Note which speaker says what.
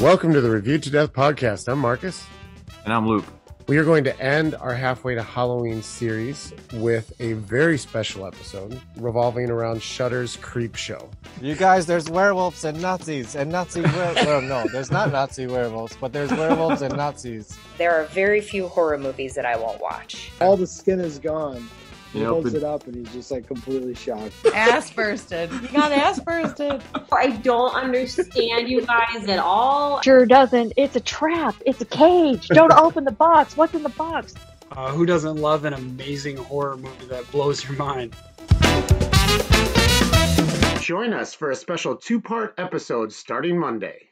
Speaker 1: Welcome to the Review to Death podcast. I'm Marcus.
Speaker 2: And I'm Luke.
Speaker 1: We are going to end our halfway to Halloween series with a very special episode revolving around Shudder's Creep Show.
Speaker 3: You guys, there's werewolves and Nazis and Nazi were- well, no, there's not Nazi werewolves, but there's werewolves and Nazis.
Speaker 4: There are very few horror movies that I won't watch.
Speaker 5: All the skin is gone. He
Speaker 2: Yep,
Speaker 5: holds
Speaker 2: and-
Speaker 5: it up and he's just like completely shocked.
Speaker 6: ass bursted. You got ass bursted.
Speaker 7: I don't understand you guys at all.
Speaker 8: Sure doesn't. It's a trap. It's a cage. Don't open the box. What's in the box?
Speaker 9: Uh, who doesn't love an amazing horror movie that blows your mind?
Speaker 1: Join us for a special two part episode starting Monday.